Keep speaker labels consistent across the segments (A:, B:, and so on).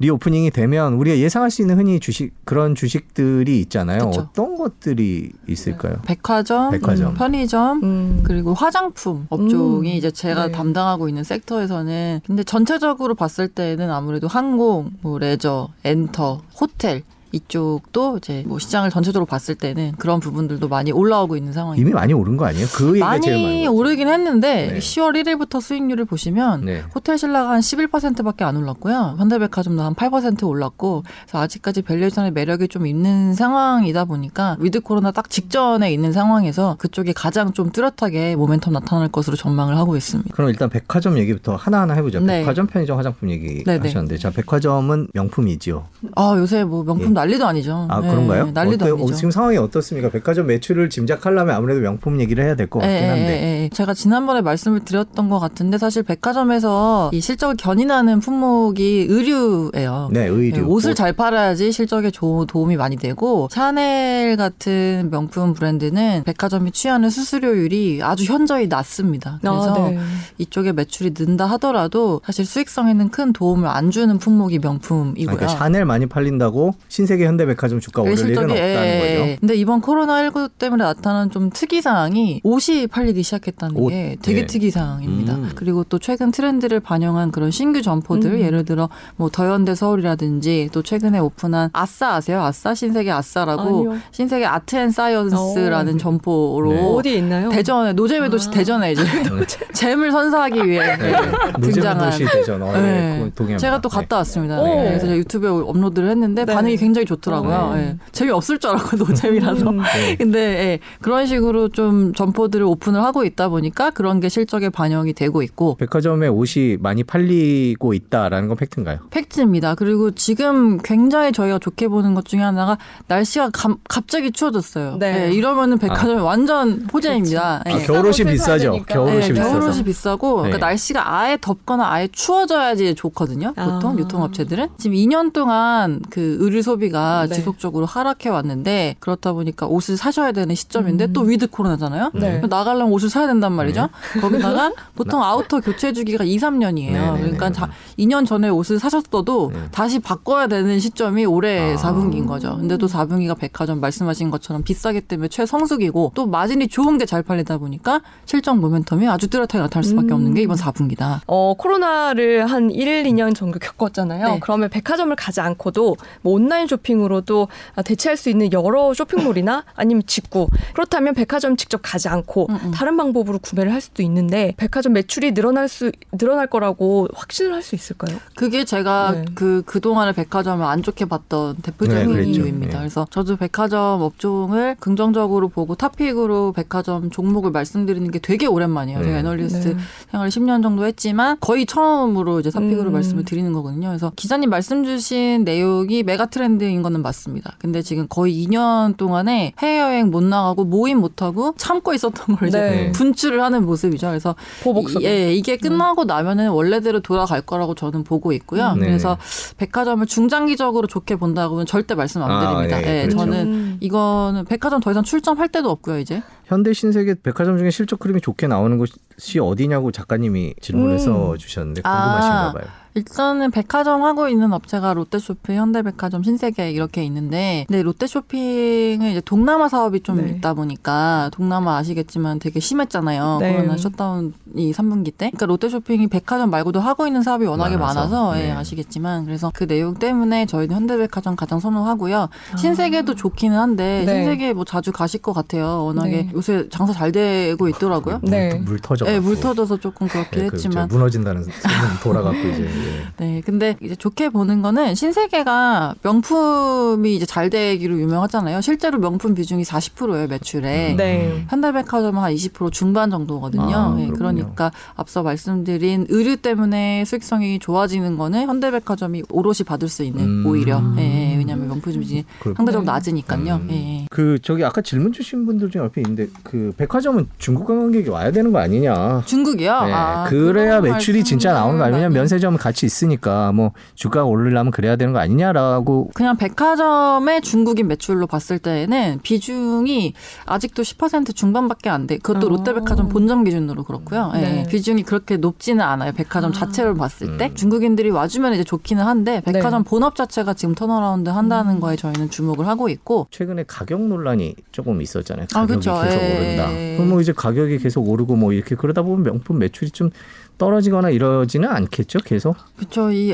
A: 리오프닝이 되면 우리가 예상할 수 있는 흔히 주식 그런 주식들이 있잖아요.
B: 그쵸.
A: 어떤 것들이 있을까요?
B: 백화점,
A: 백화점.
B: 음, 편의점,
C: 음.
B: 그리고 화장품 업종이 이제 제가
C: 네.
B: 담당하고 있는 섹터에서는 근데 전체적으로 봤을 때는 아무래도 항공, 뭐 레저, 엔터, 호텔 이쪽도 이제 뭐 시장을 전체적으로 봤을 때는 그런 부분들도 많이 올라오고 있는 상황입니다.
A: 이미 많이 오른 거 아니에요? 그 얘기가 제일 많이
B: 네. 많이 오르긴 했는데
A: 네.
B: 10월 1일부터 수익률을 보시면
A: 네.
B: 호텔 신라가 한 11%밖에 안 올랐고요. 현대백화점도 한 8% 올랐고 그래서 아직까지 밸류에이션의 매력이 좀 있는 상황이다 보니까 위드 코로나 딱 직전에 있는 상황에서 그쪽이 가장 좀 뚜렷하게 모멘텀 나타날 것으로 전망을 하고 있습니다.
A: 그럼 일단 백화점 얘기부터 하나하나 해보죠.
B: 네.
A: 백화점, 편의점, 화장품 얘기
B: 네네.
A: 하셨는데 자 백화점은 명품이지요.
B: 아 요새 뭐 명품
A: 예.
B: 난리도 아니죠.
A: 아
B: 예,
A: 그런가요?
B: 난리도
A: 어때요? 어,
B: 아니죠.
A: 지금 상황이 어떻습니까? 백화점 매출을 짐작하려면 아무래도 명품 얘기를 해야 될 것 같긴
B: 예,
A: 한데
B: 예, 예, 예. 제가 지난번에 말씀을 드렸던 것 같은데 사실 백화점에서 이 실적을 견인하는 품목이 의류예요.
A: 네 의류
B: 네,
A: 옷.
C: 뭐
B: 옷을 잘 팔아야지 실적에 조- 도움이 많이 되고 샤넬 같은 명품 브랜드는 백화점이 취하는 수수료율이 아주 현저히 낮습니다. 그래서
C: 아, 네.
B: 이쪽에 매출이 는다 하더라도 사실 수익성에는 큰 도움을 안 주는 품목이 명품이고요. 아.
A: 그러니까 샤넬 많이 팔린다고 신세계 현대백화점 주가 오를 일은 없다는 거죠.
B: 예. 근데 이번 코로나19 때문에 나타난 좀 특이사항이 옷이 팔리기 시작했다는
A: 옷,
B: 게 되게
A: 예.
B: 특이사항입니다.
A: 음.
B: 그리고 또 최근 트렌드를 반영한 그런 신규 점포들,
C: 음.
B: 예를 들어 뭐 더현대 서울이라든지 또 최근에 오픈한 아싸 아세요? 아싸 신세계 아싸라고
C: 아니요.
B: 신세계 아트 앤 사이언스라는
C: 오.
B: 점포로
A: 네.
C: 어디에 있나요?
B: 대전에 노잼의 도시
C: 아.
B: 대전에 이제 잼을 선사하기 위해
A: 네. 노잼
B: 예. 등장한
A: 도시 되죠. 어, 네.
B: 네.
A: 그 동해안.
B: 제가 또 갔다 왔습니다.
C: 오.
B: 네. 그래서 제가 유튜브에 업로드를 했는데
C: 네.
B: 반응이 굉장히 좋더라고요.
A: 네.
B: 네. 재미없을 줄 알았고 노잼이라서.
C: 음.
A: 네.
B: 근데 예, 그런 식으로 좀 점포들을 오픈을 하고 있다 보니까 그런 게 실적에 반영이 되고 있고
A: 백화점에 옷이 많이 팔리고 있다라는 건 팩트인가요?
B: 팩트입니다. 그리고 지금 굉장히 저희가 좋게 보는 것 중에 하나가 날씨가 감- 갑자기 추워졌어요.
C: 네. 그렇죠.
B: 예, 이러면은 백화점이 완전 호재입니다. 예.
A: 아,
C: 비싼
A: 겨울옷이
C: 옷을
A: 비싸죠.
C: 사야 되니까.
A: 겨울옷이
B: 네,
A: 비싸서.
B: 겨울옷이 비싸고 그러니까
A: 네.
B: 날씨가 아예 덥거나 아예 추워져야지 좋거든요. 보통
C: 아.
B: 유통업체들은 지금 2년 동안 그 의류 소비가
C: 네.
B: 지속적으로 하락해 왔는데 그렇다 보니까 옷을 사셔야 되는 시점인데
C: 음.
B: 또 위드 코로나잖아요.
C: 네.
B: 나가려면 옷을 사야 된단 말이죠. 거기다가 보통 아우터 교체 주기가 2, 3년이에요.
A: 네, 네,
B: 그러니까
A: 네.
B: 자, 2년 전에 옷을 사셨어도
A: 네.
B: 다시 바꿔야 되는 시점이 올해
A: 아.
B: 4분기인 거죠. 근데 또 4분기가 백화점 말씀하신 것처럼 비싸기 때문에 최성수기고 또 마진이 좋은 게 잘 팔리다 보니까 실적 모멘텀이 아주 뚜렷하게 나타날 수밖에
C: 음.
B: 없는 게 이번 4분기다.
C: 어, 코로나를 한 1, 2년 정도 겪었잖아요.
B: 네.
C: 그러면 백화점을 가지 않고도 뭐 온라인 쇼핑으로도 아, 대체할 수 있는 여러 쇼핑몰이나 아니면 직구. 그렇다면 백화점 직접 가지 않고
B: 음, 음.
C: 다른 방법으로 구매를 할 수도 있는데 백화점 매출이 늘어날 수 늘어날 거라고 확신을 할 수 있을까요?
B: 그게 제가
C: 네.
B: 그, 그동안에 백화점을 안 좋게 봤던
A: 네,
B: 대표적인
A: 그랬죠.
B: 이유입니다.
A: 네.
B: 그래서 저도 백화점 업종을 긍정적으로 보고 탑픽으로 백화점 종목을 말씀드리는 게 되게 오랜만이에요.
A: 네.
B: 제가 애널리스트 생활을 10년 정도 했지만 거의 처음으로 이제 삽픽으로
C: 음.
B: 말씀을 드리는 거거든요. 그래서 기자님 말씀 주신 내용이 메가 트렌드인 거는 맞습니다. 근데 지금 거의 2년 동안에 해외여행 못 나가고 모임 못 하고 참고 있었던 걸 이제
C: 네.
B: 분출을 하는 모습이죠. 그래서
C: 보복서.
B: 이- 예,
A: 음.
B: 이게 끝나고 나면은 원래대로 돌아갈 거라고 저는 보고 있고요.
A: 음. 네.
B: 그래서 백화점을 중장기적으로 좋게 본다고는 절대 말씀 안
A: 아,
B: 드립니다.
A: 예,
B: 예,
A: 그렇죠.
B: 저는 이거는 백화점 더 이상 출점할 데도 없고요, 이제.
A: 현대 신세계 백화점 중에 실적 흐름이 좋게 나오는 곳이 어디냐고 작가님이 질문해서 주셨는데 궁금하신가
B: 음. 아.
A: 봐요.
B: 일단은 백화점 하고 있는 업체가 롯데쇼핑, 현대백화점, 신세계 이렇게 있는데, 근데 롯데쇼핑은 이제 동남아 사업이 좀
C: 네.
B: 있다 보니까 동남아 아시겠지만 되게 심했잖아요.
C: 네.
B: 코로나 셧다운이 3분기 때. 그러니까 롯데쇼핑이 백화점 말고도 하고 있는 사업이 워낙에
A: 많아서.
B: 많아서, 예,
A: 네.
B: 아시겠지만 그래서 그 내용 때문에 저희는 현대백화점 가장 선호하고요. 신세계도 좋기는 한데
C: 아. 네.
B: 신세계 뭐 자주 가실 것 같아요. 워낙에
C: 네.
B: 요새 장사 잘 되고 있더라고요.
A: 물,
C: 네.
A: 물 터져.
B: 예, 물 터져서 조금 그렇긴
A: 네, 그렇죠.
B: 했지만
A: 무너진다는 소문 돌아갔고 이제 예.
B: 네, 근데 이제 좋게 보는 거는 신세계가 명품이 이제 잘 되기로 유명하잖아요. 실제로 명품 비중이 40%예요 매출에.
C: 네.
B: 현대백화점은 한 20% 중반 정도거든요.
A: 음, 아,
B: 네,
A: 그렇군요.
B: 그러니까 앞서 말씀드린 의류 때문에 수익성이 좋아지는 거는 현대백화점이 오롯이 받을 수 있는
A: 음.
B: 오히려. 예, 예, 왜냐하면 명품 비중이
A: 그렇군요.
B: 상대적으로
C: 네.
B: 낮으니까요. 거죠. 예, 예.
A: 그 저기 아까 질문 주신 분들 중에 옆에 있는데 그 백화점은 중국 관광객이 와야 되는 거 아니냐.
B: 중국이요.
A: 네,
B: 아,
A: 그래야
B: 그런
A: 매출이 진짜 나오는 거
B: 말씀을
A: 아니냐.
B: 많이-
A: 면세점은 같이 있으니까 뭐 주가가 오르려면 그래야 되는 거 아니냐라고
B: 그냥 백화점의 중국인 매출로 봤을 때는 비중이 아직도 10% 중반밖에 안 돼. 그것도
C: 어.
B: 롯데백화점 본점 기준으로 그렇고요. 예,
C: 네.
B: 비중이 그렇게 높지는 않아요. 백화점 자체를 봤을 때
A: 음.
B: 중국인들이 와주면 이제 좋기는 한데
C: 네.
B: 백화점 본업 자체가 지금 턴어라운드
C: 음.
B: 한다는 거에 저희는 주목을 하고 있고
A: 최근에 가격 논란이 조금 있었잖아요.
B: 아,
A: 가격이
B: 그쵸.
A: 계속
B: 예.
A: 오른다. 그럼 뭐 이제 가격이 계속 오르고 뭐 이렇게 그러다 보면 명품 매출이 좀 떨어지거나 이러지는 않겠죠. 계속.
B: 그렇죠. 이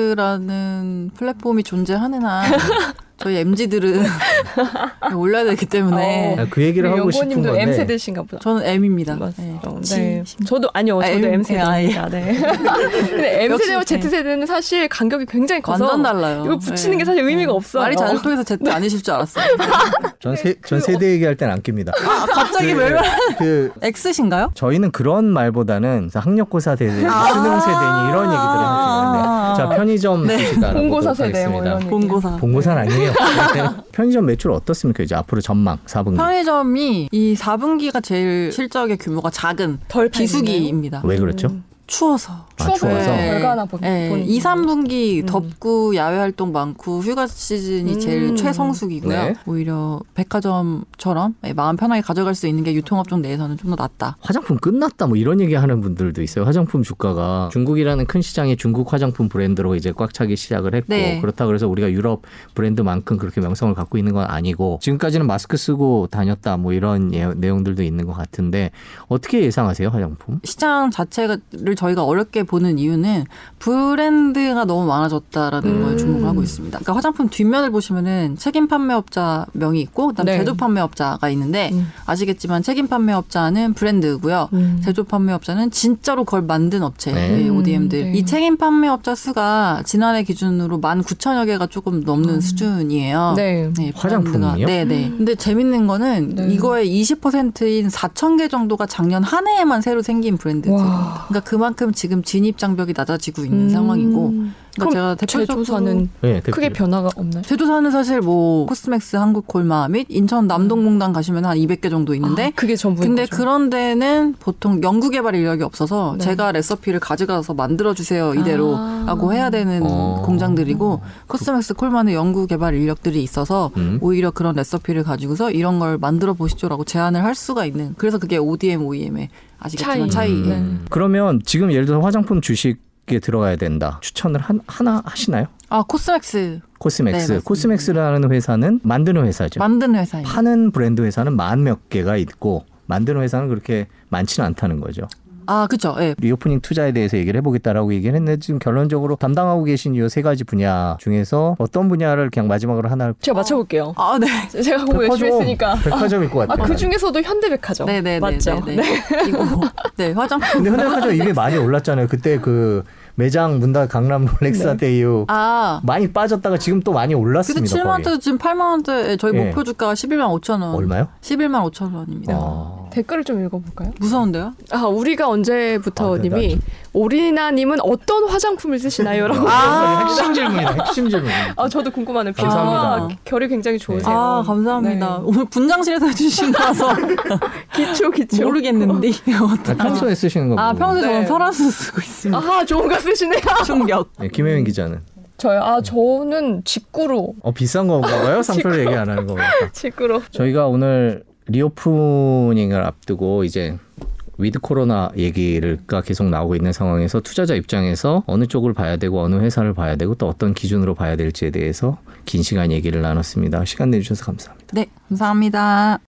B: SNS라는 플랫폼이 존재하는 한 저희 MZ들은 올라야 되기 때문에
A: 아, 그 얘기를 하고 싶은
C: 연구원님도
A: 건데.
C: M 세대신가 보다.
B: 저는 M입니다.
C: 어. 맞죠.
B: 예.
C: 네.
B: 지-
C: 저도 아니요.
B: 아,
C: 저도
B: M-
C: M 세대입니다. 네. 근데 M
B: 역시,
C: 세대와 Z
B: 네.
C: 세대는 사실 간격이 굉장히 커서
B: 완전 달라요. 네.
C: 이거 붙이는 게 사실 의미가 없어요.
B: 말이 잘 통해서 Z 아니실 줄 알았어요.
A: 전, 세, 전 세대 얘기할 땐 안 낍니다.
B: 아,
C: 네.
B: 갑자기 왜
A: 그, 그
B: X신가요?
A: 저희는 그런 말보다는 학력고사 세대, 수능 세대니 이런 얘기들을
B: 아.
A: 하시는데 자 편의점
B: 네.
A: 주시다
C: 공고사 세대 뭐 이런. 얘기.
B: 본고사.
A: 봉고사는 아니에요. 편의점 매출 어떻습니까? 이제 앞으로 전망 4분기
B: 편의점이 이 4분기가 제일 실적의 규모가 작은
C: 덜
B: 비수기입니다.
A: 왜 그렇죠?
B: 추워서.
A: 아,
C: 네. 추워서
A: 추워서.
C: 네. 결과 하나 보-
B: 네.
C: 보는
B: 2, 3분기
C: 음.
B: 덥고 야외 활동 많고 휴가 시즌이 제일
C: 음.
B: 최성수기고요.
A: 네.
B: 오히려 백화점처럼 마음 편하게 가져갈 수 있는 게 유통업종 내에서는 좀 더 낫다.
A: 화장품 끝났다 뭐 이런 얘기 하는 분들도 있어요. 화장품 주가가 중국이라는 큰 시장에 중국 화장품 브랜드로 이제 꽉 차기 시작을 했고
B: 네.
A: 그렇다 그래서 우리가 유럽 브랜드만큼 그렇게 명성을 갖고 있는 건 아니고 지금까지는 마스크 쓰고 다녔다 뭐 이런 예- 내용들도 있는 것 같은데 어떻게 예상하세요 화장품?
B: 시장 자체를 저희가 어렵게 보는 이유는 브랜드가 너무 많아졌다라는
C: 음.
B: 걸 주목을 하고 있습니다. 그러니까 화장품 뒷면을 보시면은 책임 판매업자 명이 있고 그다음에
C: 네.
B: 제조 판매업자가 있는데
C: 음.
B: 아시겠지만 책임 판매업자는 브랜드고요.
C: 음.
B: 제조 판매업자는 진짜로 그걸 만든 업체,
A: 네.
B: 예, ODM들.
C: 네.
B: 이 책임 판매업자 수가 지난해 기준으로 19,000여 개가 조금 넘는
C: 음.
B: 수준이에요.
C: 네.
B: 네,
A: 화장품이요?
B: 네네. 음. 근데 재밌는 거는
C: 네.
B: 이거의 20%인 4천 개 정도가 작년 한 해에만 새로 생긴 브랜드들입니다.
C: 와. 음.
B: 그러니까 그만큼 지금 진입 장벽이 낮아지고 있는 상황이고.
C: 그럼
B: 그러니까 제가 대표적으로
C: 제조사는
A: 네,
C: 크게
A: 대표님.
C: 변화가 없나요?
B: 제조사는 사실 뭐 코스맥스 한국콜마 및 인천 남동공단 가시면 한 200개 정도 있는데
C: 아, 그게 전부인
B: 근데
C: 거죠.
B: 그런 데는 보통 연구개발 인력이 없어서
C: 네.
B: 제가 레시피를 가져가서 만들어 주세요
C: 아.
B: 이대로라고 해야 되는
A: 어.
B: 공장들이고 코스맥스 콜만의 연구개발 인력들이 있어서
A: 음.
B: 오히려 그런 레시피를 가지고서 이런 걸 만들어 보시죠라고 제안을 할 수가 있는 그래서 그게 ODM, OEM의 E 아시겠지만
C: 차이.
B: 차이.
C: 네.
A: 음. 그러면 지금 예를 들어서 화장품 주식에 들어가야 된다. 추천을 한, 하나 하시나요?
B: 아 코스맥스 네,
A: 코스맥스.
B: 맞습니다. 네.
A: 코스맥스라는 회사는 만드는 회사죠.
B: 만든 회사예요.
A: 파는 브랜드 회사는 만 몇 개가 있고 만드는 회사는 그렇게 많지는 않다는 거죠.
B: 아 그렇죠. 예.
A: 리오프닝 투자에 대해서 얘기를 해보겠다라고 얘기를 했는데 지금 결론적으로 담당하고 계신 이 세 가지 분야 중에서 어떤 분야를 그냥 마지막으로 하나
C: 제가 맞춰볼게요.
B: 아 네.
C: 제가 공부 뭐 열심히 했으니까.
A: 백화점일 것 같아요.
C: 아, 그 중에서도 현대백화점.
B: 네네네.
C: 맞죠?
B: 네. 그리고 네 화장품.
A: 근데 현대백화점 입에 많이 올랐잖아요. 그때 그 매장 문다 강남 롤렉스사 때 이후
B: 아
A: 많이 빠졌다가 지금 또 많이
B: 그래서
A: 올랐습니다.
B: 7만
A: 거의.
B: 원대 지금 8만 원대 저희
A: 예.
B: 목표 주가가 11만 5천 원.
A: 얼마요?
B: 11만 5천 원입니다.
A: 어.
C: 댓글을 좀 읽어볼까요?
B: 무서운데요?
C: 아, 우리가
A: 아,
C: 언제부터님이 오리나님은 어떤 화장품을 쓰시나요?라고.
B: 아.
A: 핵심 질문이네. 핵심 질문.
C: 아, 저도 궁금하네요. 피부가
A: 감사합니다.
C: 결이 굉장히 좋으세요.
B: 아 감사합니다.
C: 네.
B: 오늘 분장실에서 해주신 거라서
C: 기초 기초.
B: 모르겠는데 어떤?
A: 평소에 쓰시는 거.
B: 아
A: 보고.
B: 평소에 저는
C: 네.
B: 설화수 쓰고 있습니다.
C: 아하, 좋은 거 쓰시네요.
B: 충격.
A: 네, 김혜민 기자는
C: 저요. 아, 저는 직구로.
A: 어 비싼 건가요? 상표를 얘기 안 하는 거니까.
C: 직구로.
A: 저희가 오늘 리오프닝을 앞두고 이제 위드 코로나 얘기가 계속 나오고 있는 상황에서 투자자 입장에서 어느 쪽을 봐야 되고 어느 회사를 봐야 되고 또 어떤 기준으로 봐야 될지에 대해서 긴 시간 얘기를 나눴습니다. 시간 내주셔서 감사합니다.
B: 네 감사합니다.